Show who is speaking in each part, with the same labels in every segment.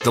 Speaker 1: The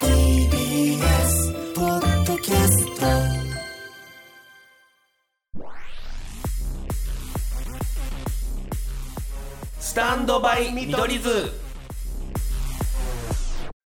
Speaker 2: TBS ポッドキャスト
Speaker 3: スタンドバイ見取り図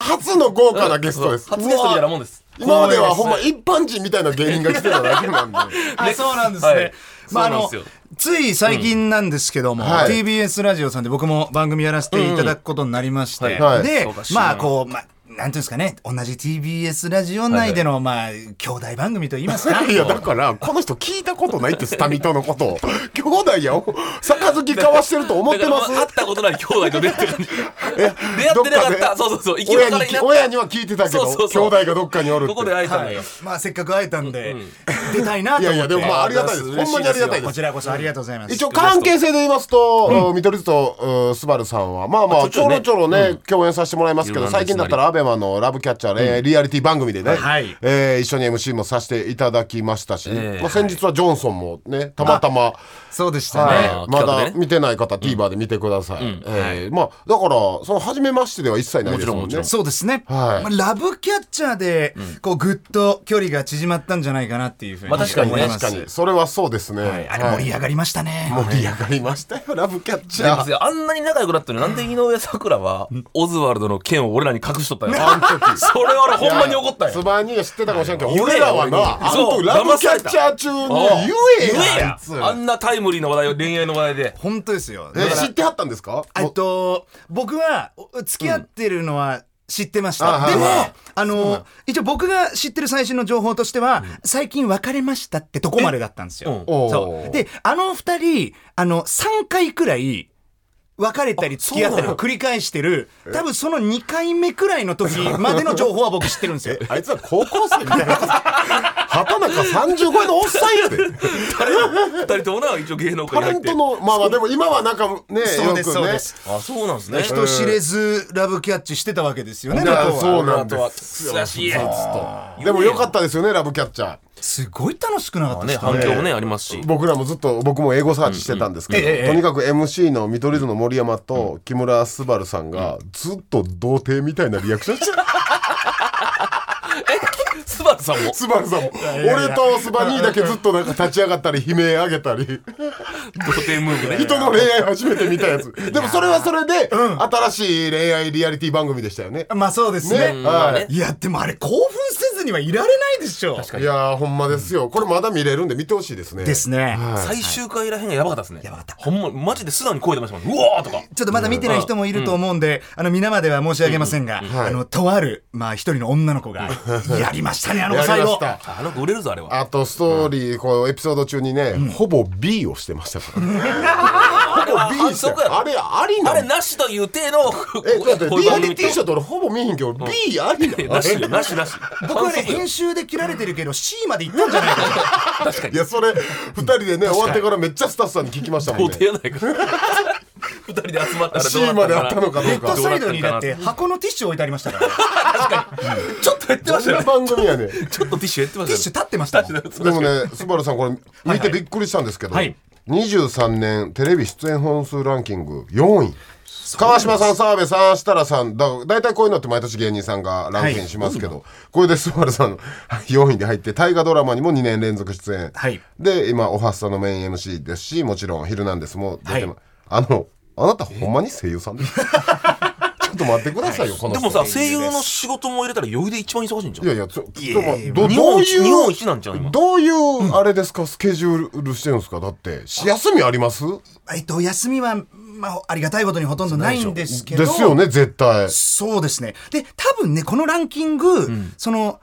Speaker 4: 初の豪華なゲストです。
Speaker 3: 初ゲストみたいなもんです
Speaker 4: 今まではほんま
Speaker 3: 光栄
Speaker 4: 一般人みたいな芸人が来てただけなんで。
Speaker 5: あそうなんですね、
Speaker 3: はい
Speaker 5: まああ
Speaker 3: そうなん
Speaker 5: の
Speaker 3: ですよ
Speaker 5: つい最近なんですけども、
Speaker 4: うんはい
Speaker 5: TBS ラジオさんで僕も番組やらせていただくことになりまして、
Speaker 3: はい
Speaker 4: はい
Speaker 5: で
Speaker 3: そうかしら
Speaker 5: まあこう、まあ、なんていうんですかね同じ TBS ラジオ内での、まあ兄弟番組といいます か
Speaker 4: いや、だから、この人聞いたことないって、スタミトのことを。兄弟やお、杯交わしてると思っ
Speaker 3: だ
Speaker 4: て
Speaker 3: から
Speaker 4: ます
Speaker 3: 会ったことない兄弟と出会ってる 感じ
Speaker 4: え、
Speaker 3: 出会ってなかった
Speaker 4: ど
Speaker 3: そ
Speaker 4: っ
Speaker 3: うそうそう生
Speaker 4: で
Speaker 3: き別れにな
Speaker 4: 親
Speaker 3: っ
Speaker 4: に
Speaker 3: た
Speaker 4: 親には聞いてたけ
Speaker 3: そ
Speaker 4: ど
Speaker 3: うそうそう
Speaker 4: 兄弟がどっかにおるって
Speaker 3: ここで会えたの
Speaker 5: はい
Speaker 3: よ、
Speaker 5: まあせっかく会えたんで、出たいなと思って
Speaker 4: いやいやでもまあありがたいです
Speaker 5: 嬉し
Speaker 4: ほんまにありがたいです
Speaker 5: こちらこそありがとうございます
Speaker 4: 一応関係性で言いますと、うん、見取り図とうんスバルさんはまあまあちょろちょろね、共演させてもらいますけ
Speaker 3: い
Speaker 4: ど
Speaker 3: ろんな
Speaker 4: 最近だったらアベマの「ラブキャッチャーね」リアリティ番組でね、
Speaker 5: はい
Speaker 4: えー一緒に MC もさせていただきましたし、
Speaker 3: ええ
Speaker 4: まあ、先日はジョンソンもねたまたま、
Speaker 5: そうでしたね、
Speaker 4: は
Speaker 3: あ
Speaker 4: い、
Speaker 3: ー企
Speaker 4: ま
Speaker 3: 画でね
Speaker 4: だ見てない方 TVer で見てください、えーまあだからその初めましてでは一切ないですもんね
Speaker 3: もちろんもち
Speaker 5: そうですね、
Speaker 4: はい
Speaker 5: まあ、ラブキャッチャーでこうぐっと距離が縮まったんじゃないかなっていうふうに
Speaker 3: まあ確かにね
Speaker 5: 思います
Speaker 4: 確かにそれはそうですね、
Speaker 5: はいあれ盛り上がりましたね、
Speaker 4: 盛り上がりましたよラブキャッチ
Speaker 3: で
Speaker 4: ャ
Speaker 3: 別
Speaker 4: ー
Speaker 3: にあんなに仲良くなったのになんで井上桜はオズワルドの剣を俺らに隠しとったんや
Speaker 4: あの時
Speaker 3: それ俺ほんまに怒ったん
Speaker 4: ス
Speaker 3: や
Speaker 4: バニーは知ってたかもしれんけど
Speaker 3: 言えよ
Speaker 4: 俺らはなあの
Speaker 3: そう
Speaker 4: 時ラブキャッチャー中に言え
Speaker 3: 言え
Speaker 4: や
Speaker 3: や
Speaker 4: あいつ
Speaker 3: あんなタイムリーな話題を恋愛の話題で
Speaker 5: 本当ですよ
Speaker 4: え知ってはったんですか
Speaker 5: えっと、僕は、お付き合ってるのは知ってまし
Speaker 4: あ
Speaker 5: た。
Speaker 4: はい
Speaker 5: でも
Speaker 4: はい、
Speaker 5: あの、一応僕が知ってる最新の情報としては、最近別れましたってとこまでだったんですよ。
Speaker 3: うん
Speaker 4: お
Speaker 5: そ
Speaker 4: ー
Speaker 5: う。で、あの二人、あの、3回くらい、別れたり付き合ったりを繰り返してる、多分その2回目くらいの 時までの情報は僕知ってるんですよ。
Speaker 4: あいつは高校生みたいな畑中35円のおっさん やで
Speaker 3: 二人ともな一応芸能界
Speaker 4: タ
Speaker 3: に入っ
Speaker 4: レン
Speaker 3: て
Speaker 4: トのまあまあでも今はなんかね
Speaker 5: そうです、
Speaker 4: よく
Speaker 5: そう
Speaker 4: ね
Speaker 5: です。
Speaker 3: あそうなんですね
Speaker 5: 人知れずラブキャッチしてたわけですよね、
Speaker 4: い
Speaker 5: 向こ
Speaker 4: や
Speaker 5: うは
Speaker 4: そう
Speaker 3: あ
Speaker 4: なん
Speaker 3: と
Speaker 4: で
Speaker 3: は
Speaker 4: す
Speaker 3: 悔しい
Speaker 4: ずっとでもよかったですよねラブキャッチャー
Speaker 5: すごい楽しくなかったで
Speaker 3: ね
Speaker 5: すか
Speaker 3: 反響もねありますし
Speaker 4: 僕らもずっと僕も英語サーチしてたんですけど、
Speaker 5: うんうんええええ
Speaker 4: とにかく MC の見取り図の森山と木村昴さんがずっと童貞みたいなリアクションしてた
Speaker 3: スバルさんも
Speaker 4: スバルさんも俺とスバニーだけずっとなんか立ち上がったり悲鳴上げ たり
Speaker 3: 童貞ムーブね
Speaker 4: 人の恋愛初めて見たやつでもそれはそれで新しい恋愛リアリティ番組でしたよね
Speaker 5: まあそうですね
Speaker 4: ねはい
Speaker 5: や、でもあれ、興奮せずにはいられないでしょ。
Speaker 4: いいやーほんまですよこれまだ見れるんで見てほしいですね
Speaker 5: ですね。
Speaker 3: 最終回らへんがやばかったですね。
Speaker 5: やばかった
Speaker 3: ほんま、マジで素直に声出ましたもん。うわーとか。
Speaker 5: ちょっとまだ見てない人もいると思うんで、あの、皆までは申し上げませんが、あの、とある、まあ、一人の女の子 が、やりましたね、あの
Speaker 4: や
Speaker 5: 子最
Speaker 4: りまし
Speaker 5: 後。
Speaker 4: た
Speaker 3: あの子売れるぞ、あれは。
Speaker 4: あとストーリーこうエピソード中にねほぼ B をしてましたか ら
Speaker 3: あれは
Speaker 4: ほぼ B
Speaker 3: 反
Speaker 4: して
Speaker 3: 則やろ。
Speaker 4: あれありな
Speaker 3: あ
Speaker 4: の
Speaker 3: れなしという体の、
Speaker 4: え、だって
Speaker 3: こういう
Speaker 4: リア
Speaker 3: 番組
Speaker 4: リティショーって俺ほぼ見えへんけど、B ありなの
Speaker 3: なしよ、なしな し。
Speaker 5: 僕
Speaker 3: 反
Speaker 5: はね、
Speaker 3: 則よ
Speaker 5: 編集で切られてるけど、C まで行ったんじゃないかと。
Speaker 3: 確かに
Speaker 4: い。や、それ、二人でね、終わってからめっちゃスタッフさんに聞きましたも
Speaker 3: 童
Speaker 4: んね。
Speaker 3: 貞やない か。二人で集まったら
Speaker 4: C まであったのかど
Speaker 5: ヘ
Speaker 4: う
Speaker 5: ッド
Speaker 4: か。
Speaker 5: サイドにだって、箱のティッシュ置いてありま したから。テ
Speaker 3: ちょっと減ってまし
Speaker 4: そ
Speaker 3: たよ
Speaker 4: んな
Speaker 3: ね。
Speaker 4: 番組やね。
Speaker 3: ちょっとティッシュ減ってま
Speaker 5: ィッ
Speaker 3: し
Speaker 5: シュ
Speaker 3: た
Speaker 5: 立ってましたもん。
Speaker 3: よね。
Speaker 4: でもね、スバルさん、これ見てびっくりしたんですけど、
Speaker 5: はい
Speaker 4: 23年テレビ出演本数ランキング4位。川島さん、澤部さん、設楽さん、だ大体こういうのって毎年芸人さんがランクインしますけど、これでスバルさん 4位に入って、大河ドラマにも2年連続出演。
Speaker 5: はい
Speaker 4: で、今、おはっさのメイン MC ですし、もちろん、ヒルナンデスも出てま
Speaker 5: は
Speaker 4: あの、あなたほんまに声優さんですか ちょっと待ってくださいよ、この
Speaker 3: で
Speaker 4: 人
Speaker 3: もさ、声優の仕事も入れたら余裕で一番忙しいんじゃ
Speaker 4: い
Speaker 3: ん。
Speaker 4: やいや、ちょちょっと待ってど
Speaker 3: 日
Speaker 4: どう
Speaker 3: 本一、
Speaker 4: いう
Speaker 3: 日本一なんちゃう今。
Speaker 4: どういうあれですか、スケジュールしてるんですかだってし休みあります
Speaker 5: えっと、休みは、まあ、ありがたいことにほとんどないんですけど。
Speaker 4: ですよね絶対
Speaker 5: そうですね。で、多分ね、このランキング、その、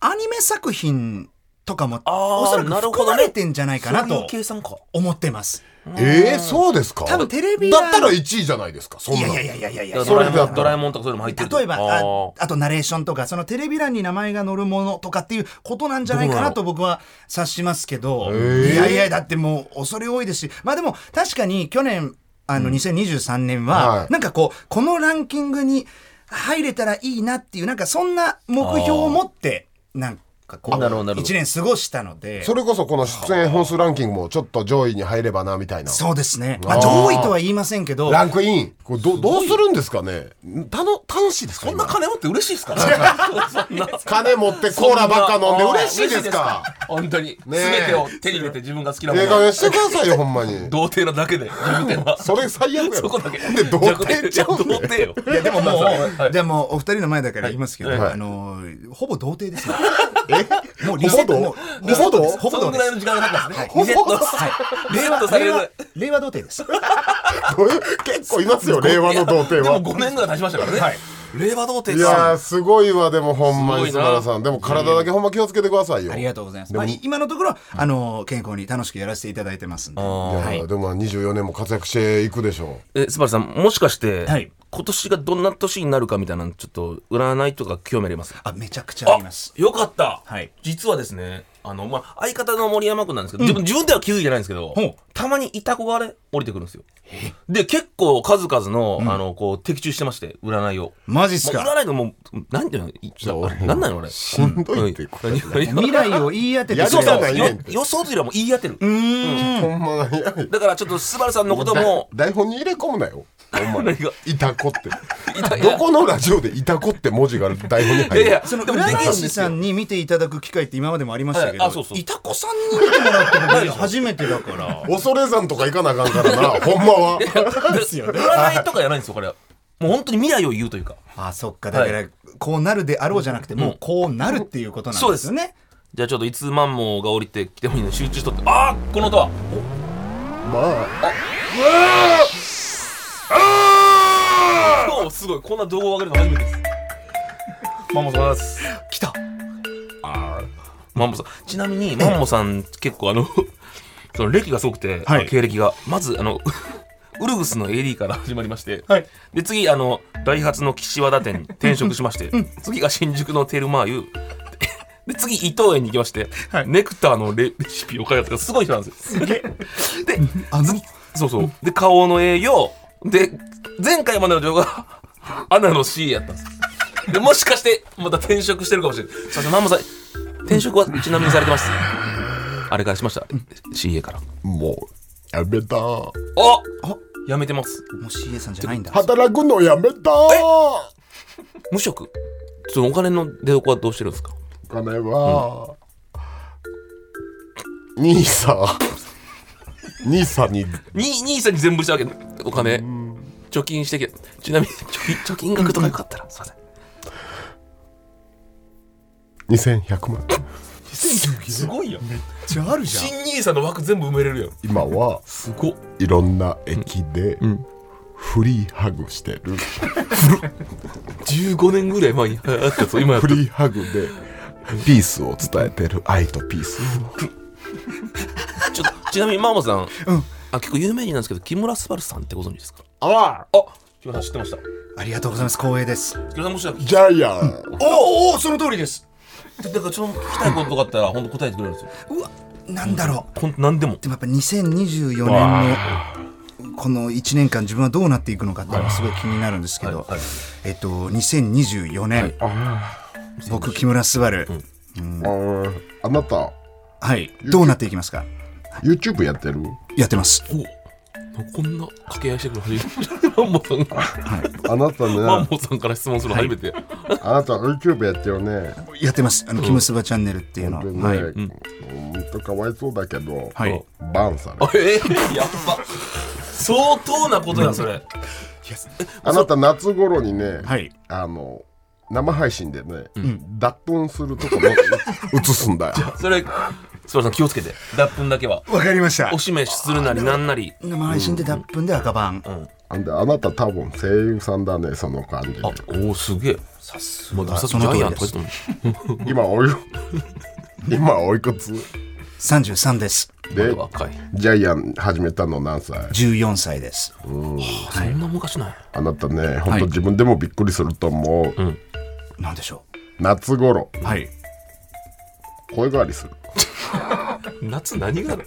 Speaker 5: アニメ作品とかも、
Speaker 3: あー
Speaker 5: おそらく
Speaker 3: なるほ
Speaker 5: 含
Speaker 3: どね
Speaker 5: まれてんじゃないかな
Speaker 3: そういう
Speaker 5: と
Speaker 3: 計算か。
Speaker 5: 思ってます。
Speaker 4: えー、そうですか
Speaker 5: 多分テレビ
Speaker 4: だ
Speaker 5: は
Speaker 4: ったら1位じゃないですかそんない
Speaker 5: やいやいやいやいやいや
Speaker 4: それだったら
Speaker 3: ドラえもんとかそういうのも入ってる
Speaker 5: 例えば
Speaker 3: あ
Speaker 5: ああとナレーションとかそのテレビ欄に名前が載るものとかっていうことなんじゃないかなと僕は察しますけどいやいやだってもう恐れ多いですしまあでも確かに去年あの2023年は、
Speaker 4: はい
Speaker 5: なんかこうこのランキングに入れたらいいなっていうなんかそんな目標を持ってなんかこう
Speaker 3: なるほどなるほど
Speaker 5: 1年過ごしたので
Speaker 4: それこそこの出演本数ランキングもちょっと上位に入ればなみたいな
Speaker 5: そうですね、まあ、上位とは言いませんけど
Speaker 4: ランクインこれどどうするんですかねたの楽しいですか
Speaker 3: こんな
Speaker 4: 今
Speaker 3: 金持って嬉しいですか そんな
Speaker 4: 金持ってコーラばっか飲んで嬉しいですか
Speaker 3: 本当に
Speaker 4: え
Speaker 3: 全てを手に入れて自分が好きなも
Speaker 4: ええ
Speaker 3: の
Speaker 4: 加
Speaker 3: を
Speaker 4: 減してくださいよほんまに
Speaker 3: 童貞なだけで弱点は
Speaker 4: それ最悪や
Speaker 3: そ
Speaker 4: ろ
Speaker 3: こだけ
Speaker 4: で童貞ちゃう
Speaker 3: 童
Speaker 4: ね
Speaker 3: 貞よ
Speaker 5: いやでも もう、
Speaker 3: はい
Speaker 5: じゃあもうお二人の前だから言いますけど、
Speaker 3: はいはい
Speaker 5: あのーほぼ童貞ですよ。
Speaker 4: え
Speaker 5: もうリセット、
Speaker 4: ほ
Speaker 5: も
Speaker 4: ぼ
Speaker 5: うリセットです。
Speaker 4: ほ
Speaker 5: ほぼ
Speaker 3: そのぐ
Speaker 5: 童
Speaker 3: らいの
Speaker 5: 貞です。
Speaker 3: 時間が経ったんですね
Speaker 5: ほぼ
Speaker 3: リセット
Speaker 5: はい。
Speaker 3: リセ
Speaker 5: 令
Speaker 3: ッ
Speaker 5: 和
Speaker 3: どされ
Speaker 5: 令
Speaker 3: る
Speaker 5: 和令和童貞です。
Speaker 4: どういう 結構いますよ令和の童貞
Speaker 3: でも
Speaker 4: は
Speaker 3: 5年ぐらい経ちましたからね、令和童貞
Speaker 4: い
Speaker 3: ですよ
Speaker 4: やーすごいわでもほんまに
Speaker 3: す
Speaker 4: 菅
Speaker 3: ごいな
Speaker 4: 原さんでも体だけほんま気をつけてくださいよ
Speaker 5: ありがとうございます。
Speaker 4: でも
Speaker 5: まあ今のところあのー健康に楽しくやらせていただいてますんで。
Speaker 4: いやーでもまあ24年も活躍していくでしょ
Speaker 3: えスバルさんもしかして、
Speaker 5: はい
Speaker 3: 今年がどんな年になるかみたいなのちょっと占いとか興味あります
Speaker 5: あめちゃくちゃあります。
Speaker 3: よかった、
Speaker 5: はい
Speaker 3: 実はですねあの、まあ、相方の森山君なんですけど、自分自分では気づいてないんですけど
Speaker 5: ほう
Speaker 3: たまにイタコがあれ降りてくるんですよで結構数々の,、あのこう的中してまして占いを
Speaker 5: マジっすか
Speaker 3: もう占いのもうなんていうのい
Speaker 4: ゃあ俺
Speaker 3: なんなんのあれ
Speaker 4: しんどいってこれ
Speaker 5: 未来を言い当てて
Speaker 4: や
Speaker 5: く
Speaker 3: そう
Speaker 4: る
Speaker 5: れ
Speaker 4: じゃ
Speaker 5: る
Speaker 3: そ
Speaker 4: な
Speaker 3: う
Speaker 4: い
Speaker 3: よ
Speaker 4: ねんて
Speaker 3: 予想というよりも言い当てる
Speaker 5: うーん。
Speaker 4: ほんまにや
Speaker 3: だからちょっとスバルさんのことも
Speaker 4: 台本に入れ込むなよほんま
Speaker 3: 何
Speaker 4: に
Speaker 3: が
Speaker 4: いたこ ってどこのラジオでいたこって文字が台本に
Speaker 3: いや
Speaker 4: 入
Speaker 3: い
Speaker 4: る
Speaker 3: や
Speaker 5: その
Speaker 3: でもでき
Speaker 5: 占
Speaker 3: るん
Speaker 5: い
Speaker 3: で
Speaker 5: 師
Speaker 3: すよ
Speaker 5: さんに見ていただく機会って今までもありました
Speaker 3: は
Speaker 5: けど、
Speaker 3: いあそうそう
Speaker 5: いたこさんに見てもらって僕初めて だから。
Speaker 4: 恐れ山とか行かなあかんからなほんまは
Speaker 5: ですよね
Speaker 3: 占いとかじゃないんですよこれはもう本当に未来を言うというか
Speaker 5: あそっかだから、
Speaker 3: は
Speaker 5: こうなるであろうじゃなくてもうこうなるっていうことなんですよね、
Speaker 3: じゃあちょっといつマンモが降りてきてもいいのに集中しとってああこの音は
Speaker 4: まあ
Speaker 3: 今日すごいこんな動画を上げるの初めてですマンモさんです
Speaker 5: 来た
Speaker 3: マンモさんちなみにマンモさん結構あの その歴がすごくて、
Speaker 5: はい
Speaker 3: 経歴がまずあの ウルグスの AD から始まりまして、
Speaker 5: はい
Speaker 3: で次あのダイハツの岸和田店に転職しまして、次が新宿のテルマーユで次伊藤園に行きまして、
Speaker 5: はい
Speaker 3: ネクターのレレシピを開発がすごい人なんですよで
Speaker 5: あの
Speaker 3: そうそう。で、顔の営業。で、前回までの情報が、 アナの C やったんです。で、もしかして、また転職してるかもしれない。さすマンモさん、転職はちなみにされてます。あれからしました。CA から。
Speaker 4: もうやめた
Speaker 3: あ
Speaker 5: あ
Speaker 3: やめてます。
Speaker 5: もう CA さんじゃないんだ
Speaker 4: 働くのやめたお
Speaker 3: 無職。そのお金の出所はどうしてるんですか
Speaker 4: 金は、兄さん兄さんに
Speaker 3: に兄さんに全部したわけお金貯金してきてちなみに貯金貯金額とかよかったらすいません
Speaker 4: 2100万
Speaker 3: すごいよ
Speaker 5: じゃああるじゃん
Speaker 3: 新兄さんの枠全部埋めれるよ
Speaker 4: 今は
Speaker 3: すごっ
Speaker 4: いろんな駅でフリーハグしてる、
Speaker 3: 15年ぐらい前に流行ったやつ今やっ
Speaker 4: フ
Speaker 3: た
Speaker 4: リーハグでピースを伝えてる愛とピース
Speaker 3: ちょっとちなみにマモさん、あ結構有名人なんですけど木村昴さんってご存知ですか
Speaker 4: あ
Speaker 3: あ木村さん知ってました
Speaker 5: ありがとうございます光栄です
Speaker 3: 木村さんもしかし
Speaker 4: ジャイアン
Speaker 5: おおその通りです
Speaker 3: てだからちょっと聞きたいこととかあったら本当答えてくれるんですよ
Speaker 5: うわなんだろう
Speaker 3: ほんと何でも
Speaker 5: でもやっぱ2024年のこの1年間自分はどうなっていくのかっていうのがすごい気になるんですけど、
Speaker 3: はいはい
Speaker 5: えっと2024年、僕木村昴、
Speaker 4: ああなた
Speaker 5: はいどうなっていきますか
Speaker 4: YouTube やってる
Speaker 5: やってます
Speaker 3: おこんな掛け合いしてくる初めて マンモさんが
Speaker 4: あなた
Speaker 3: マン
Speaker 4: ね
Speaker 3: モさんから質問するの初めて、
Speaker 4: あなた YouTube やってよね
Speaker 5: やってますあの「キムスバチャンネル」っていうのは、
Speaker 4: でね、
Speaker 5: はい
Speaker 4: うん、とかわいそうだけど、
Speaker 5: はい
Speaker 4: バンされる
Speaker 3: あえー、やっば相当なことやそれ
Speaker 4: あなた夏頃にね、
Speaker 5: はい
Speaker 4: あの生配信でね、脱粉するところ映すんだよ
Speaker 3: それ昴さん気をつけて脱粉だけは
Speaker 5: わかりました
Speaker 3: おしめするなりなんなり
Speaker 5: 生配信で脱粉で赤番、
Speaker 4: あんであなた多分声優さんだねその感じ
Speaker 3: あおおすげえさすがジャイアンとか言っても
Speaker 4: 今おい今おいくつ
Speaker 5: 33です
Speaker 4: で
Speaker 3: 若い。
Speaker 4: ジャイアン始めたの何歳
Speaker 5: 14歳です
Speaker 3: そんな昔ない。
Speaker 4: あなたね本当自分でもびっくりすると思う、
Speaker 5: なんでしょ
Speaker 4: 夏頃
Speaker 1: はい。
Speaker 4: 声変わりする
Speaker 3: 夏何がある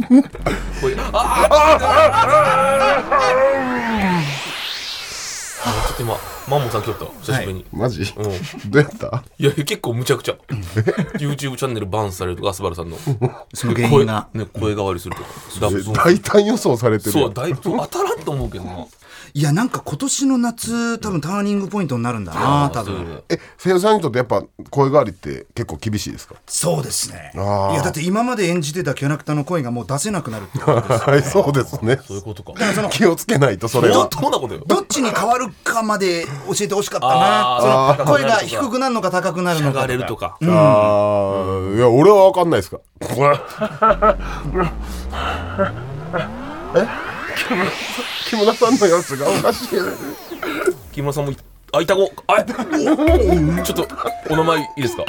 Speaker 3: あちょっと今マンモさん来よった久しぶりに、
Speaker 4: マジ、どうやった
Speaker 3: い、や結構むちゃくちゃ YouTube チャンネルバンされるとかアスバルさんの
Speaker 5: その原因が
Speaker 3: 声,、ね、声変わりするとかだ
Speaker 4: え
Speaker 3: そう
Speaker 4: 大胆予想されてるや
Speaker 3: そ
Speaker 4: ん
Speaker 3: うだいぶ当たらんと思うけどな
Speaker 5: ういやなんか今年の夏多分ターニングポイントになるんだな多
Speaker 3: そういう
Speaker 5: 分
Speaker 3: の
Speaker 4: え声優さんにとってやっぱ声変わりって結構厳しいですか
Speaker 5: そうですねい
Speaker 4: あー
Speaker 5: やだって今まで演じてたキャラクターの声がもう出せなくなるってこと です
Speaker 4: はいそうですね
Speaker 3: そういうことか
Speaker 4: 気をつけないとそれ
Speaker 3: 本
Speaker 4: は
Speaker 3: 当なことよ
Speaker 5: どっちに変わるかまで教えてほしかった
Speaker 3: あー
Speaker 5: なその
Speaker 3: あー
Speaker 5: 声が低くなるのか高くなるの
Speaker 3: 上
Speaker 5: か
Speaker 3: がれるとか
Speaker 4: あーいや俺は分かんないですかえ木村さんのやつがおかしい
Speaker 3: 木村さんもいあいたごあいおちょっとお名前いいですか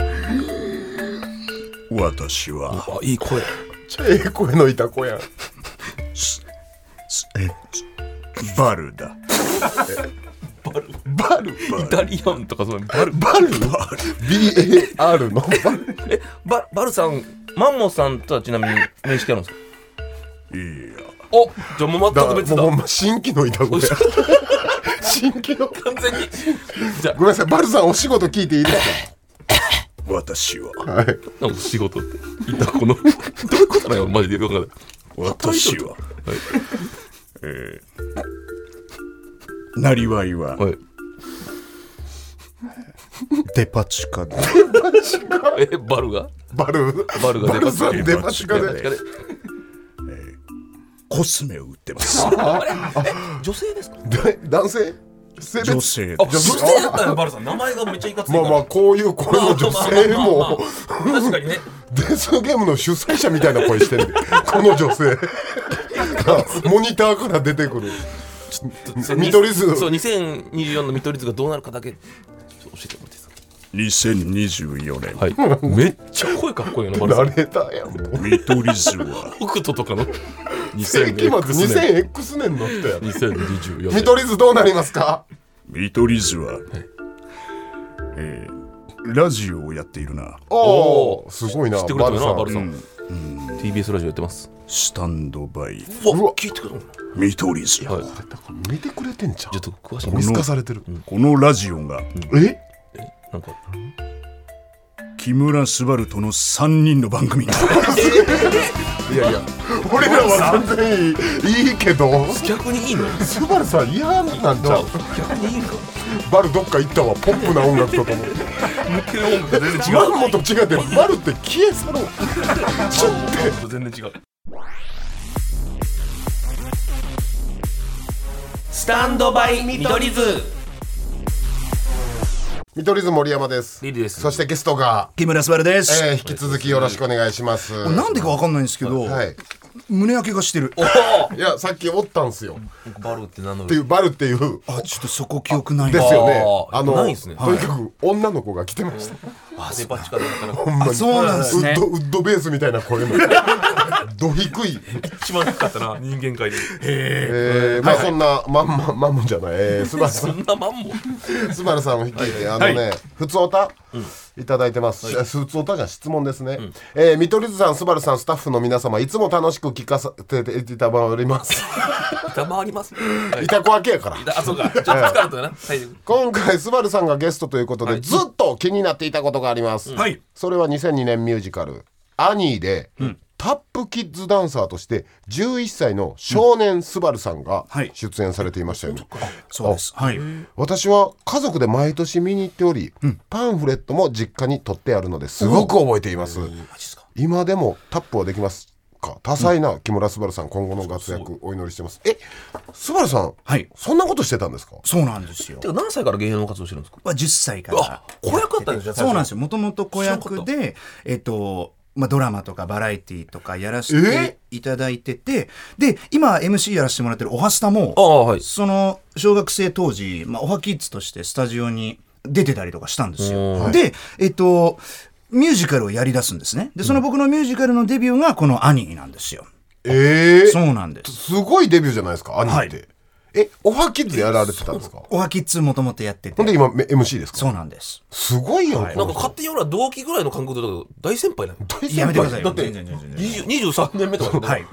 Speaker 5: 私は
Speaker 3: あいい声
Speaker 4: ちゃええ声のいた子やん
Speaker 5: バルだ
Speaker 4: バル
Speaker 3: イタリアンとかそういうバル
Speaker 4: バル BAR のバル
Speaker 3: えババルさんマンモさんとはちなみに面識あるんですかいやおじゃあもう全く別
Speaker 4: だ
Speaker 3: だ
Speaker 4: もうほんま新規のいた子や新規の
Speaker 3: 完全にじゃ
Speaker 4: ごめんなさいバルさんお仕事聞いていいです
Speaker 6: 私は
Speaker 4: かは
Speaker 3: あ
Speaker 4: い
Speaker 3: なんか仕事っていたこの どういうことなのマジでよくわかんない
Speaker 6: 私は、えー、なりわいは
Speaker 3: はい
Speaker 6: デパ地下で
Speaker 3: えバルが
Speaker 4: バル
Speaker 3: バルが
Speaker 4: バルさん
Speaker 3: 出
Speaker 4: 出ましかね
Speaker 3: あれ
Speaker 6: コスメを売っ てます
Speaker 3: 女性ですか
Speaker 4: で男性性別
Speaker 6: 女性
Speaker 3: あ女性だったよバルさん名前がめっちゃいかついか
Speaker 4: ま
Speaker 3: ら
Speaker 4: あまあこういう声の女性も
Speaker 3: 確かにね
Speaker 4: デスゲームの主催者みたいな声して るでこの女性モニターから出てくる
Speaker 3: そう
Speaker 4: 見取り図
Speaker 3: そう2024の見取り図がどうなるかだけちょっと教えてもらっていいですか
Speaker 6: 2024年、
Speaker 3: はいめっちゃ声かっこいいよねバルさ
Speaker 4: ナ
Speaker 3: ん
Speaker 4: レーターやん
Speaker 6: 見取り図は
Speaker 3: 北斗とかの
Speaker 4: 世紀末
Speaker 3: 2000
Speaker 4: 2000X 年の人やん
Speaker 3: 2024
Speaker 4: 見
Speaker 3: 年
Speaker 4: 取り図どうなりますか
Speaker 6: 見取り図は、えー、ラジオをやっているな
Speaker 4: お
Speaker 3: お
Speaker 4: おすごいな
Speaker 3: 知ってくれ
Speaker 4: バ
Speaker 3: たよ
Speaker 4: ルさ
Speaker 3: なんバルさん TBS ラジオやってます
Speaker 6: スタンドバイ
Speaker 3: うわ聞いてくれた
Speaker 6: 見取り図、
Speaker 3: はいち
Speaker 4: 見てくれてんじゃん
Speaker 3: ょっと詳しい
Speaker 4: 見透かされてる
Speaker 6: このラジオが
Speaker 4: え
Speaker 3: なんか
Speaker 6: 木村昴との3人の番 組だ
Speaker 4: いやいや俺らは全然いいいいけど
Speaker 3: 逆にいいの
Speaker 4: スバルさん嫌なんじゃ
Speaker 3: 逆
Speaker 4: ん
Speaker 3: にいいの
Speaker 4: バルどっか行ったわポップな音楽とともに
Speaker 3: 抜ける音楽が全然違
Speaker 4: マンモと違ってバルって消え去ろう
Speaker 3: う全然違うスタンドバイ見取り図
Speaker 4: 見取り図森山です
Speaker 3: リリーです
Speaker 4: そしてゲストが、
Speaker 5: 木村昴です、
Speaker 4: えー、引き続きよろしくお願いします
Speaker 5: なんでかわかんないんですけど、
Speaker 4: はい
Speaker 5: 胸焼けがしてるあ
Speaker 4: いやさっきおったんすよっ
Speaker 3: 僕バルって名乗
Speaker 4: ていうバルっていう
Speaker 5: ちょっとそこ記憶ない
Speaker 4: で
Speaker 5: な
Speaker 4: すよね
Speaker 3: あーないんすね
Speaker 4: とにかく女の子が来てました、
Speaker 3: あデパ地下で働く
Speaker 4: ほんまに
Speaker 5: あそうなんですね
Speaker 4: ウッドウッドベースみたいな声のど低い
Speaker 3: 一番低かったな人間界で
Speaker 4: えーまあそんなまんままんまじゃないえースバルさ
Speaker 3: そ
Speaker 4: ん
Speaker 3: んなマンモ
Speaker 4: スバルさんを率いてあのね普通おたいただいてます普通おたじゃん質問ですねえー見取り図さんスバルさんスタッフの皆様いつも楽しく聞かせていただいてます
Speaker 3: 黙りますはい
Speaker 4: いたこ明けやから
Speaker 3: あ そうかちょっと疲れたなはい
Speaker 4: 今回スバルさんがゲストということで、ずっと気になっていたことがあります、
Speaker 5: はい
Speaker 4: それは2002年ミュージカル「アニーで」タップキッズダンサーとして11歳の少年スバルさんが
Speaker 5: はい
Speaker 4: 出演されていましたよね、
Speaker 5: そうですはい
Speaker 4: 私は家族で毎年見に行っており、パンフレットも実家に取ってあるのですごく覚えています今でもタップはできますか多彩な木村昴さん今後の活躍お祈りしてますえスバルさん、
Speaker 5: はい
Speaker 4: そんなことしてたんですか
Speaker 5: そうなんですよ
Speaker 3: てか何歳から芸能活動してるんですか
Speaker 5: は10歳から
Speaker 3: あ子役だったんですね
Speaker 5: そうなんですすよもともと子役でえっとまあ、ドラマとかバラエティとかやらせ
Speaker 4: え
Speaker 5: ていただいててで今 MC やらせてもらってる「おはスタ」も
Speaker 3: ああはい
Speaker 5: その小学生当時、まあ、オハキッズとしてスタジオに出てたりとかしたんですよ。で、えっと、ミュージカルをやり出すんですね。で、その僕のミュージカルのデビューがこのアニーなんですよ。
Speaker 4: ええ
Speaker 5: そうなんです。
Speaker 4: すごいデビューじゃないですか兄って、
Speaker 5: は
Speaker 4: えオファーキッズやられてたんですか
Speaker 5: オハキッズもともとやってて
Speaker 4: ほん。で今め MC ですか
Speaker 5: そうなんです。
Speaker 4: すごいやん、こ
Speaker 3: なん
Speaker 4: の
Speaker 3: か
Speaker 4: 人
Speaker 3: 勝手に俺は同期ぐらいの感覚だけど、大先輩なの。
Speaker 4: 大先輩
Speaker 5: やめてくださいよ
Speaker 4: だって
Speaker 5: 全然全然全然
Speaker 3: 20 23年目とかだよね
Speaker 5: はい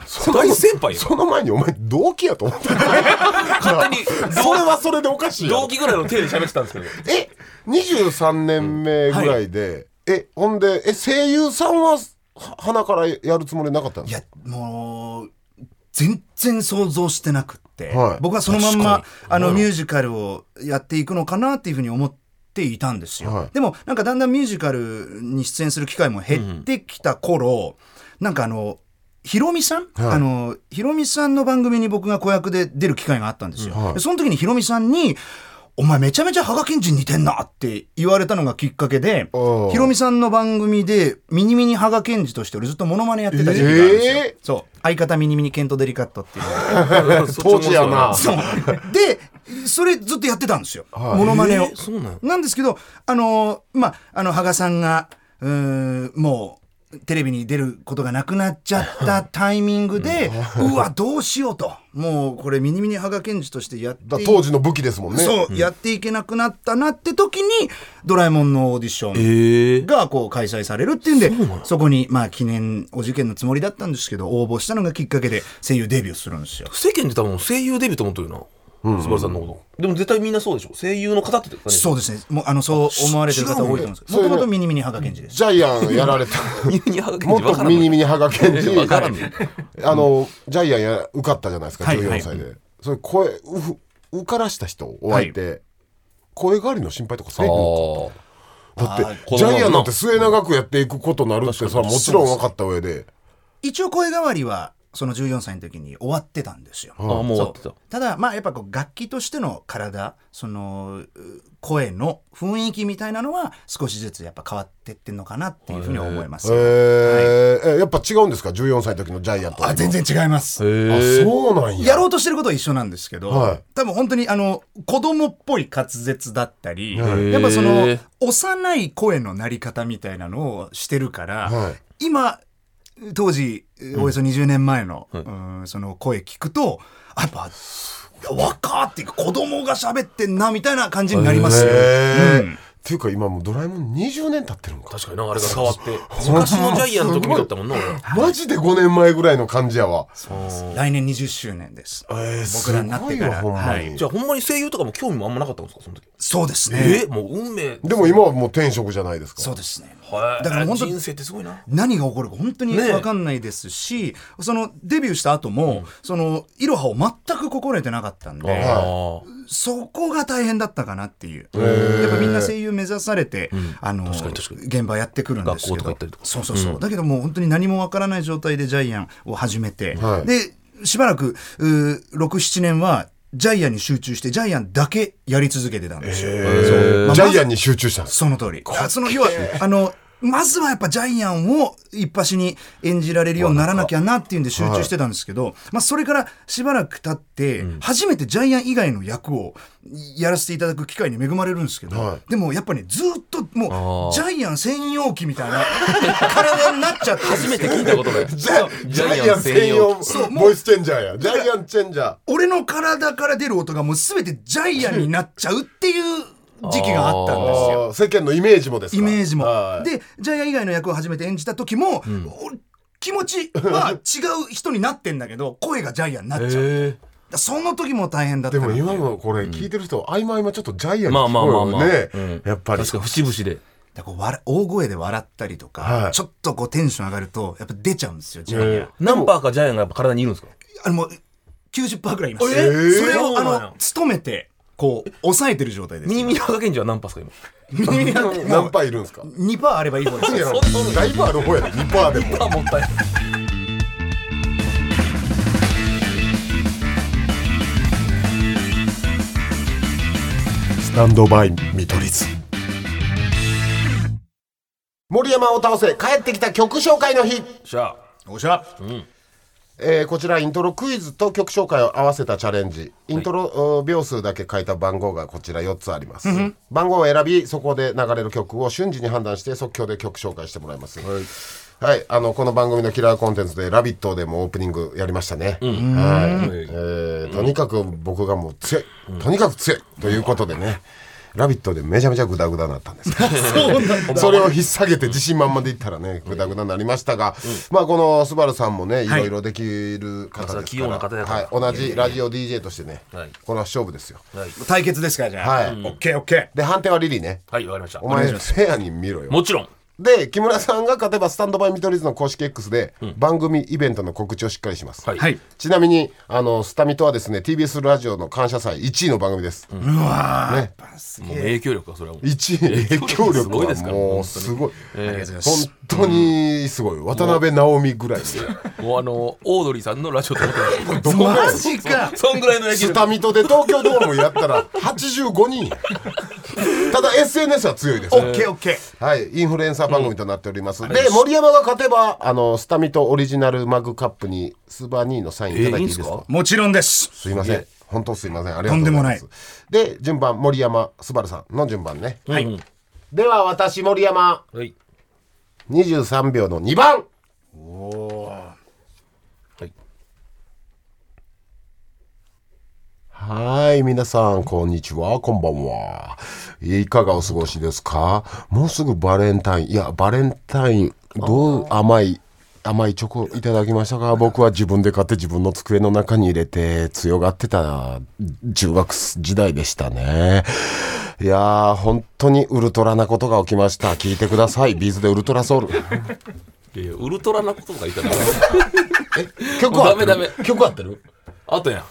Speaker 3: 大先輩よ。
Speaker 4: その前にお前同期やと思ってた
Speaker 3: 勝手に
Speaker 4: それはそれでおかしいやろ
Speaker 3: 同期ぐらいの手で喋ってたんですけど。
Speaker 4: え23年目ぐらいで、えほんでえ声優さんはは鼻からやるつもりなかったん
Speaker 5: い
Speaker 4: です
Speaker 5: や、もう、全然想像してなくって、
Speaker 4: はい
Speaker 5: 僕はそのまんま
Speaker 3: 確、
Speaker 5: あの、ミュージカルをやっていくのかなっていうふうに思っていたんですよ。
Speaker 4: はい
Speaker 5: でも、なんかだんだんミュージカルに出演する機会も減ってきた頃、なんかあの、ヒロミさん、
Speaker 4: はい
Speaker 5: あの、ヒロミさんの番組に僕が子役で出る機会があったんですよ。
Speaker 4: はい
Speaker 5: でその時にヒロミさんに、お前めちゃめちゃ羽賀健人似てんなって言われたのがきっかけで、
Speaker 4: おー
Speaker 5: ヒロミさんの番組でミニミニ羽賀健二として俺ずっとモノマネやってた時期があるんですよ。
Speaker 4: え
Speaker 5: そう相方ミニミニケントデリカットっていうのが
Speaker 4: 当時やな
Speaker 5: そうでそれずっとやってたんですよ、
Speaker 4: はい
Speaker 5: モノマネを、
Speaker 3: えーそうなん
Speaker 5: なんですけどあのーまああの羽賀さんがうーんもうテレビに出ることがなくなっちゃったタイミングでうわどうしようともうこれミニミニ羽賀健二としてやってい
Speaker 4: だから当時の武器ですもんね
Speaker 5: そう、やっていけなくなったなって時に「ドラえもん」のオーディション、
Speaker 3: え
Speaker 5: がこう開催されるっていうんでそこにまあ記念お受験のつもりだったんですけど応募したのがきっかけで声優デビューするんですよ
Speaker 3: 世間で多分声優デビューと思ってるよな。スバルさんのこと。でも絶対みんなそうでしょ。声優の方って言ってたね。
Speaker 5: そうですねもうあのそう思われてる方多いと思うんですけ
Speaker 4: 違
Speaker 5: ど
Speaker 4: う
Speaker 5: も
Speaker 4: ね
Speaker 5: ともとミニミニハガケンジです
Speaker 4: ジャイアンやられた
Speaker 3: ミニハガケンジ
Speaker 4: もっ
Speaker 3: わか
Speaker 4: と
Speaker 3: らんの
Speaker 4: ミニミニハガケンジ
Speaker 3: わからんの
Speaker 4: あのジャイアンや受かったじゃないですか
Speaker 5: はい
Speaker 4: 14歳で、それ声うふ受からした人お相手、声変わりの心配とかせえへんの
Speaker 3: ああ。
Speaker 4: だって
Speaker 3: 子供の
Speaker 4: ジャイアンなんて末永くやっていくことになるってさもちろん分かった上で
Speaker 5: 一応声変わりはその14歳の時に終わってたんですよ
Speaker 3: ああ、もう終わってた。
Speaker 5: ただまあやっぱこう楽器としての体そのう声の雰囲気みたいなのは少しずつやっぱ変わってってんのかなっていうふうに思いま
Speaker 4: え
Speaker 5: す、
Speaker 4: ーえやっぱ違うんですか14歳の時のジャイアンと
Speaker 5: あ全然違います
Speaker 4: あそうなんや
Speaker 5: やろうとしてることは一緒なんですけど、
Speaker 4: はい
Speaker 5: 多分本当にあの子供っぽい滑舌だったり、
Speaker 4: はい
Speaker 5: やっぱそ
Speaker 3: へ
Speaker 5: の
Speaker 3: ー
Speaker 5: 幼い声の鳴り方みたいなのをしてるから、
Speaker 4: は
Speaker 5: 今当時およそ20年前の、うんその声聞くとやっぱ若っていうか子供が喋ってんなみたいな感じになりますよ。
Speaker 4: えーっていうか今もうドラえもん20年経ってるのか
Speaker 3: 確かにな、あれが変わって。昔のジャイアンの時見とったもんな、俺。
Speaker 4: マジで5年前ぐらいの感じやわ
Speaker 5: 来年20周年です。
Speaker 4: えー
Speaker 5: 僕らになってから
Speaker 4: すごいわほんまに
Speaker 5: は
Speaker 3: じゃあほんまに声優とかも興味もあんまなかったんですかその時
Speaker 5: そうですね。
Speaker 3: えもう運命
Speaker 4: でも今はもう転職じゃないですか
Speaker 5: そうですね。
Speaker 3: はい
Speaker 5: だから本当
Speaker 3: 人生ってすごいな
Speaker 5: 何が起こるか本当に
Speaker 3: ねえ
Speaker 5: 分かんないですし、そのデビューした後も、そのいろはを全く心得てなかったんで、
Speaker 3: あ
Speaker 5: そこが大変だったかなっていう、やっぱみんな声優目指されて、あの
Speaker 3: 確かに確かに
Speaker 5: 現場やってくるんですけど
Speaker 3: 学校とか行ったりとか
Speaker 5: そうそうそう、だけどもう本当に何も分からない状態でジャイアンを始めて、
Speaker 4: はい
Speaker 5: でしばらく67年はジャイアンに集中してジャイアンだけやり続けてたんですよ。そうまあ
Speaker 4: ジャイアンに集中したんです
Speaker 5: その通り。あその日は、あの、まずはやっぱジャイアンを一発に演じられるようにならなきゃなっていうんで集中してたんですけど、まあそれからしばらく経って、初めてジャイアン以外の役をやらせていただく機会に恵まれるんですけど、
Speaker 4: はい
Speaker 5: でもやっぱりずっとも
Speaker 3: あー
Speaker 5: うジャイアン専用機みたいな体になっちゃってるんです
Speaker 3: 初
Speaker 5: よ
Speaker 3: めて聞いたことない
Speaker 4: ジャジャイアン専用ボイスチェンジャーやジャイアンチェンジャ
Speaker 5: 俺の体から出る音がもう全てジャイアンになっちゃうっていう時期があったん
Speaker 4: ー
Speaker 5: ですよ。
Speaker 4: あー世間のイメージもですか
Speaker 5: イメージも
Speaker 4: はい。
Speaker 5: で、ジャイアン以外の役を初めて演じた時も、お気持ちは違う人になってんだ けど、声がジャイアンになっちゃう。
Speaker 3: え
Speaker 5: だその時も大変だった
Speaker 4: で
Speaker 5: な
Speaker 4: も今のこれ聞いてる人、合間合間ちょっとジャイアンに聞こえるよね、
Speaker 3: まあまあまあまあうん
Speaker 4: やっぱり
Speaker 3: 確か節々で
Speaker 5: だからこう笑大声で笑ったりとか、
Speaker 4: はい
Speaker 5: ちょっとこうテンション上がると、やっぱ出ちゃうんですよ、ジャイアン。
Speaker 4: え
Speaker 3: 何パーかジャイアンがやっぱ体にいるんですか
Speaker 5: あの、もう90%くらいいます。
Speaker 3: えー
Speaker 5: それを、あ
Speaker 3: そうなん
Speaker 5: の
Speaker 3: や、
Speaker 5: 勤めて、こう、抑えてる状態です。
Speaker 3: ミニミニハガケンジは何パーですか
Speaker 5: 耳なんても
Speaker 4: 何パーいるんですか
Speaker 5: う2%あればいい方です
Speaker 4: いや
Speaker 5: よ。
Speaker 4: だいぶある方やで2パーでも
Speaker 3: 今あもったいない
Speaker 4: スタンドバイ見取り図森山を倒せ帰ってきた曲紹介の日
Speaker 3: じゃあ
Speaker 5: おっしゃ。
Speaker 4: えーこちらイントロクイズと曲紹介を合わせたチャレンジイントロうん秒数だけ書いた番号がこちら4つあります番号を選びそこで流れる曲を瞬時に判断して即興で曲紹介してもらいますはい、あのこの番組のキラーコンテンツで「ラビット!」でもオープニングやりましたね、はいえーとにかく僕がもう強いとにかく強いということでね「ラビット!」でめちゃめちゃグダグダになったん ですけどそれを引っ提げて自信満々でいったらねグダグダになりましたが、まあこのスバルさんもねいろいろできる方です
Speaker 3: 器
Speaker 4: か
Speaker 3: 用な
Speaker 4: ら、
Speaker 3: 方やから
Speaker 4: はい、同じラジオ DJ としてね、
Speaker 3: はい
Speaker 4: これは勝負ですよ
Speaker 6: 対決ですからじゃあ
Speaker 4: はい
Speaker 6: オッケーオッケ
Speaker 4: で判定はリリーね
Speaker 3: はい、わかりました
Speaker 4: お。前フェアに見ろよ
Speaker 3: もちろん。
Speaker 4: で木村さんが勝てばスタンドバイ見取り図の公式 X で番組イベントの告知をしっかりします、
Speaker 3: はい。
Speaker 6: ーはい
Speaker 4: ちなみにあのスタミとはですね TBS ラジオの感謝祭1位の番組です、
Speaker 3: もう影響力はそれはもう。
Speaker 4: 1位影響
Speaker 3: すご
Speaker 4: 力
Speaker 3: いで
Speaker 4: は
Speaker 3: すから
Speaker 4: もうすごい
Speaker 6: ありがとうございます
Speaker 4: 本当にすごい渡辺直美ぐらいです
Speaker 3: もうあの、オードリーさんのラジオと思ってま
Speaker 4: どこ
Speaker 5: マジか
Speaker 3: すそんぐらいの影響
Speaker 4: ス
Speaker 3: 力。
Speaker 4: タミトで東京ドームやったら85人ただ SNS は強いです
Speaker 5: オッケーオッケー
Speaker 4: はい、インフルエンサー番組となっております。で、森山が勝てば、あの、スタミトオリジナルマグカップにスーパーニーのサインいただいていいですか,、
Speaker 3: えーいいん
Speaker 6: もちろんです
Speaker 4: すいません。本当すいません。ありがとうございます。
Speaker 5: とん
Speaker 4: で順番、森山、スバルさんの順番ね。では、私、森山、
Speaker 3: はい。
Speaker 4: 23秒の2番。
Speaker 3: はい。
Speaker 4: はい、皆さん、こんにちは、こんばんは。いかがお過ごしですかもうすぐバレンタイン。いや、バレンタイン、どう甘い、甘いチョコいただきましたか僕は自分で買って自分の机の中に入れて強がってた中学時代でしたね。いやー、本当にウルトラなことが起きました。聞いてください。ビーズでウルトラ ソウル。
Speaker 3: いやいやウルトラなことがいたら、
Speaker 4: 曲は合ってる
Speaker 3: ダメダメ
Speaker 4: 曲合ってる
Speaker 3: あとやん。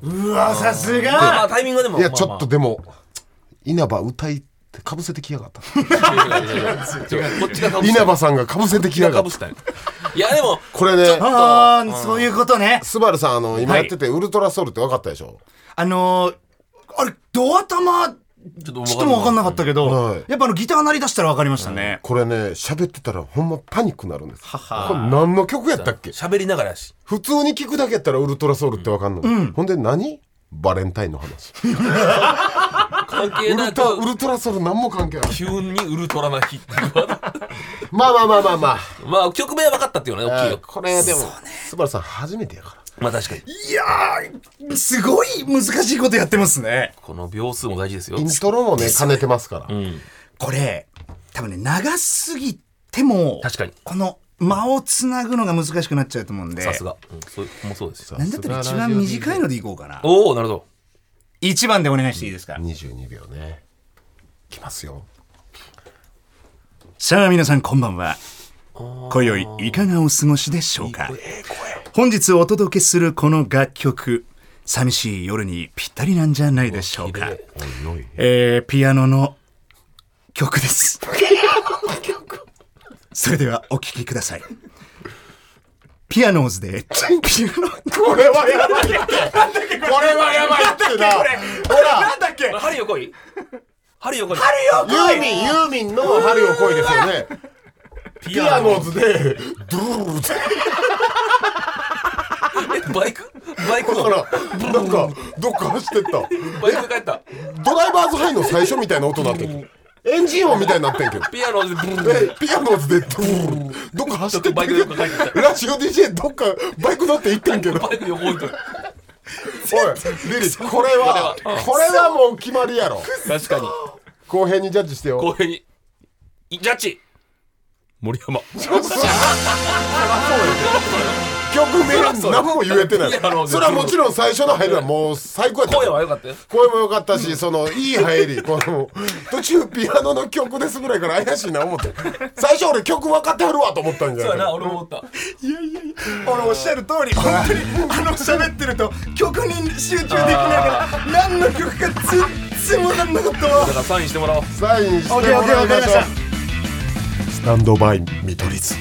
Speaker 5: うわさす
Speaker 3: ま
Speaker 5: が
Speaker 3: あ、タイミングはでも。
Speaker 4: いや、
Speaker 3: まあ
Speaker 4: ちょっと
Speaker 3: ま
Speaker 4: でも、稲葉歌いってかぶせてきやがった。
Speaker 3: あ。違う違う違う違うこっちがかぶし
Speaker 4: 稲
Speaker 3: た。こ
Speaker 4: 葉さんがかぶせてきや
Speaker 3: っちが
Speaker 4: が
Speaker 3: か
Speaker 4: っ。
Speaker 3: ぶしたたんやいや、でも、
Speaker 4: これね、
Speaker 5: ああそういうことね
Speaker 4: スバルさん、あの、今やってて、ウルトラソウルって分かったでしょ
Speaker 5: あのーあれドア玉
Speaker 3: ちょっと
Speaker 5: ちょっとも分かんなかったけ
Speaker 4: は
Speaker 5: ど
Speaker 4: い
Speaker 5: やっぱあのギター鳴り出したら分かりましたね
Speaker 4: これね、喋ってたらほんまパニックになるんです。これ何の曲やったっけ
Speaker 3: 喋りながらやし。
Speaker 4: 普通に聞くだけやったらウルトラソウルって分かんない。ほんで何バレンタインの話。
Speaker 3: 関係
Speaker 4: ウ
Speaker 3: な
Speaker 4: ル
Speaker 3: く
Speaker 4: ト、ウルトラソウル何も関係ない。
Speaker 3: 急にウルトラな日っていうのは
Speaker 4: まあまあまあまあま
Speaker 3: まあ、曲名は分かったっていうのはね、大きい
Speaker 4: あ
Speaker 3: よ。。
Speaker 4: これでも、スバルさん初めてやから。
Speaker 3: まあ確かに。
Speaker 5: いやーすごい難しいことやってますね
Speaker 3: この秒数も大事ですよ
Speaker 4: イ。ントロもね、兼ねてますから。
Speaker 5: これ多分ね長すぎても
Speaker 3: 確かに
Speaker 5: この間をつなぐのが難しくなっちゃうと思うんで
Speaker 3: さすが。うんそうもうそうですよ。
Speaker 5: なんだったら一番短いのでいこうかな
Speaker 3: おおなるほ
Speaker 5: 1番でお願いしていいですか
Speaker 4: 22秒ね。きますよ。
Speaker 5: さあ皆さんこんばんは今宵いかがお過ごしでしょうか本日お届けするこの楽曲寂しい夜にぴったりなんじゃないでしょうかえー、ピアノの 曲ですそれではお聴きくださいピアノー ズでピアノ
Speaker 4: これはやばいって。これはやばいってな。ほら。
Speaker 5: なんだっけ
Speaker 3: ど。春よ来い春よ来い
Speaker 4: ユーミン、ユーミンの春を恋ですよね。ピアノーズで、ドゥルルって、
Speaker 3: えバイクバイク
Speaker 4: だか
Speaker 3: の
Speaker 4: ら、なんか、どっか走ってった。
Speaker 3: バイク帰った。
Speaker 4: ドライバーズハイの最初みたいな音なってんけど。エンジン音みたいになってんけど。
Speaker 3: ピアノでブルーン
Speaker 4: えピアノーズで、ドゥルルルどっか走ってったけ
Speaker 3: ちょっとバイクどっか帰って
Speaker 4: ど、ラジオ DJ どっかバイク乗って行ってんけど。おい
Speaker 3: バイク横置いとる。、
Speaker 4: リリー、これは、これはもう決まりやろ。
Speaker 3: 確かに。
Speaker 4: 公平にジャッジしてよ。
Speaker 3: 公平に。いジャッジ森山。
Speaker 4: 曲名何も言えてない
Speaker 3: ピアノーズ
Speaker 4: それはもちろん最初の入りはもう最高やった
Speaker 3: 声は良かった よ。
Speaker 4: 声も良かったしそのいい入りこの途中ピアノの曲ですぐらいから怪しいな思って最初俺曲分かってはるわと思ったんじゃ
Speaker 3: そうや
Speaker 4: ない
Speaker 3: な、俺も思った。
Speaker 5: 俺おっしゃる通り本当にあの喋ってると曲に集中できないから何の曲か全然分かんなかったわ
Speaker 3: だからサインしてもらおう。
Speaker 4: サインしてもらいましょうスタンドバイ見取り図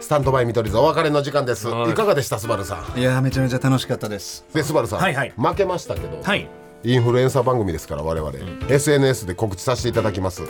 Speaker 4: スタンドバイ見取り図お別れの時間ですいかがでしたスバルさん
Speaker 5: いやーめちゃめちゃ楽しかったです
Speaker 4: でスバルさん、
Speaker 5: はいはい
Speaker 4: 負けましたけど
Speaker 5: はい
Speaker 4: インフルエンサー番組ですから我々、SNS で告知させていただきます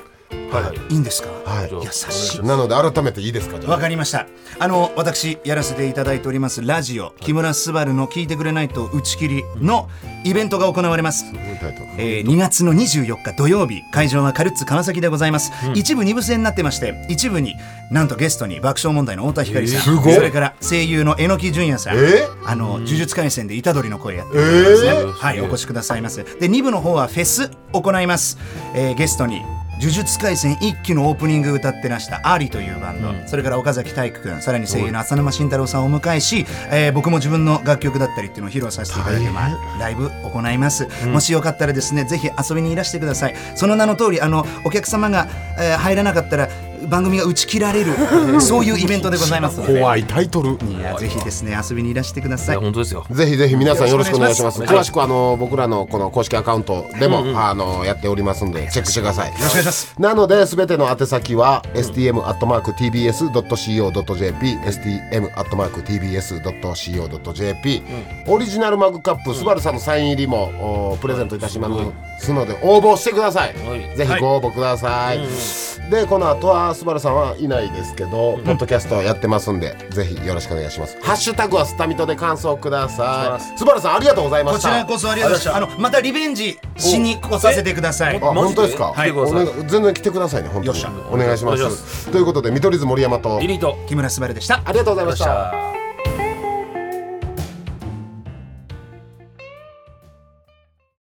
Speaker 3: はい
Speaker 5: いんですか
Speaker 4: はい
Speaker 5: 優しい
Speaker 4: なので改めていいですかじゃ
Speaker 5: わ
Speaker 4: あ
Speaker 5: かりましたあの私やらせていただいておりますラジオ木村昴の「聞いてくれないと打ち切り」のイベントが行われます
Speaker 4: どういうタイトル
Speaker 5: えー2月の24日土曜日会場はカルッツ川崎でございます、一部二部制になってまして一部になんとゲストに爆笑問題の太田光さん、
Speaker 4: えーすごい
Speaker 5: それから声優の榎木純也さん、
Speaker 4: えー
Speaker 5: あの呪術廻戦で虎杖の声やってるんですね、
Speaker 4: えー
Speaker 5: はいお越しくださいますで二部の方はフェス行います、えーゲストに呪術廻戦一期のオープニング歌ってらしたアーリというバンド、それから岡崎体育くんさらに声優の浅沼慎太郎さんをお迎えし、えー僕も自分の楽曲だったりっていうのを披露させていただいてますライブ行います、もしよかったらですねぜひ遊びにいらしてくださいその名の通りあのお客様が、えー入らなかったら番組が打ち切られ るそういうイベントでございますので
Speaker 4: 怖いタイトル
Speaker 5: いやぜひですね遊びにいらしてください
Speaker 3: や本当ですよ
Speaker 4: ぜひぜひ皆さんよろしくお願いします
Speaker 5: よ
Speaker 4: 詳しくはあの僕らのこの公式アカウントでも、あのやっておりますんでチェックしてくださいよろしくお願いしますなので全ての宛先は stm.tbs.co.jp stm.tbs.co.jp オリジナルマグカップスバルさんのサイン入りもおプレゼントいたしますので応募してください
Speaker 3: はい
Speaker 4: ぜひご応募くださいでこの後はスバルさんはいないですけどポッドキャストやってますんでぜひよろしくお願いしますハッシュタグはスタミトで感想くださいスバルさんありがとうございま
Speaker 5: こ
Speaker 4: し
Speaker 5: ち
Speaker 4: た
Speaker 5: らこそありがとうございましたあのまたリベンジしに来させてください
Speaker 4: あ
Speaker 3: マジ
Speaker 4: 本
Speaker 3: で
Speaker 4: 当ですか、
Speaker 3: はい
Speaker 4: お願全然来てくださいね本当に
Speaker 5: よっしゃ
Speaker 4: お願いしま
Speaker 3: お願いします
Speaker 4: ということで見取り図森山と
Speaker 3: リリート
Speaker 5: 木村昴でした
Speaker 4: ありがとうございました
Speaker 3: あ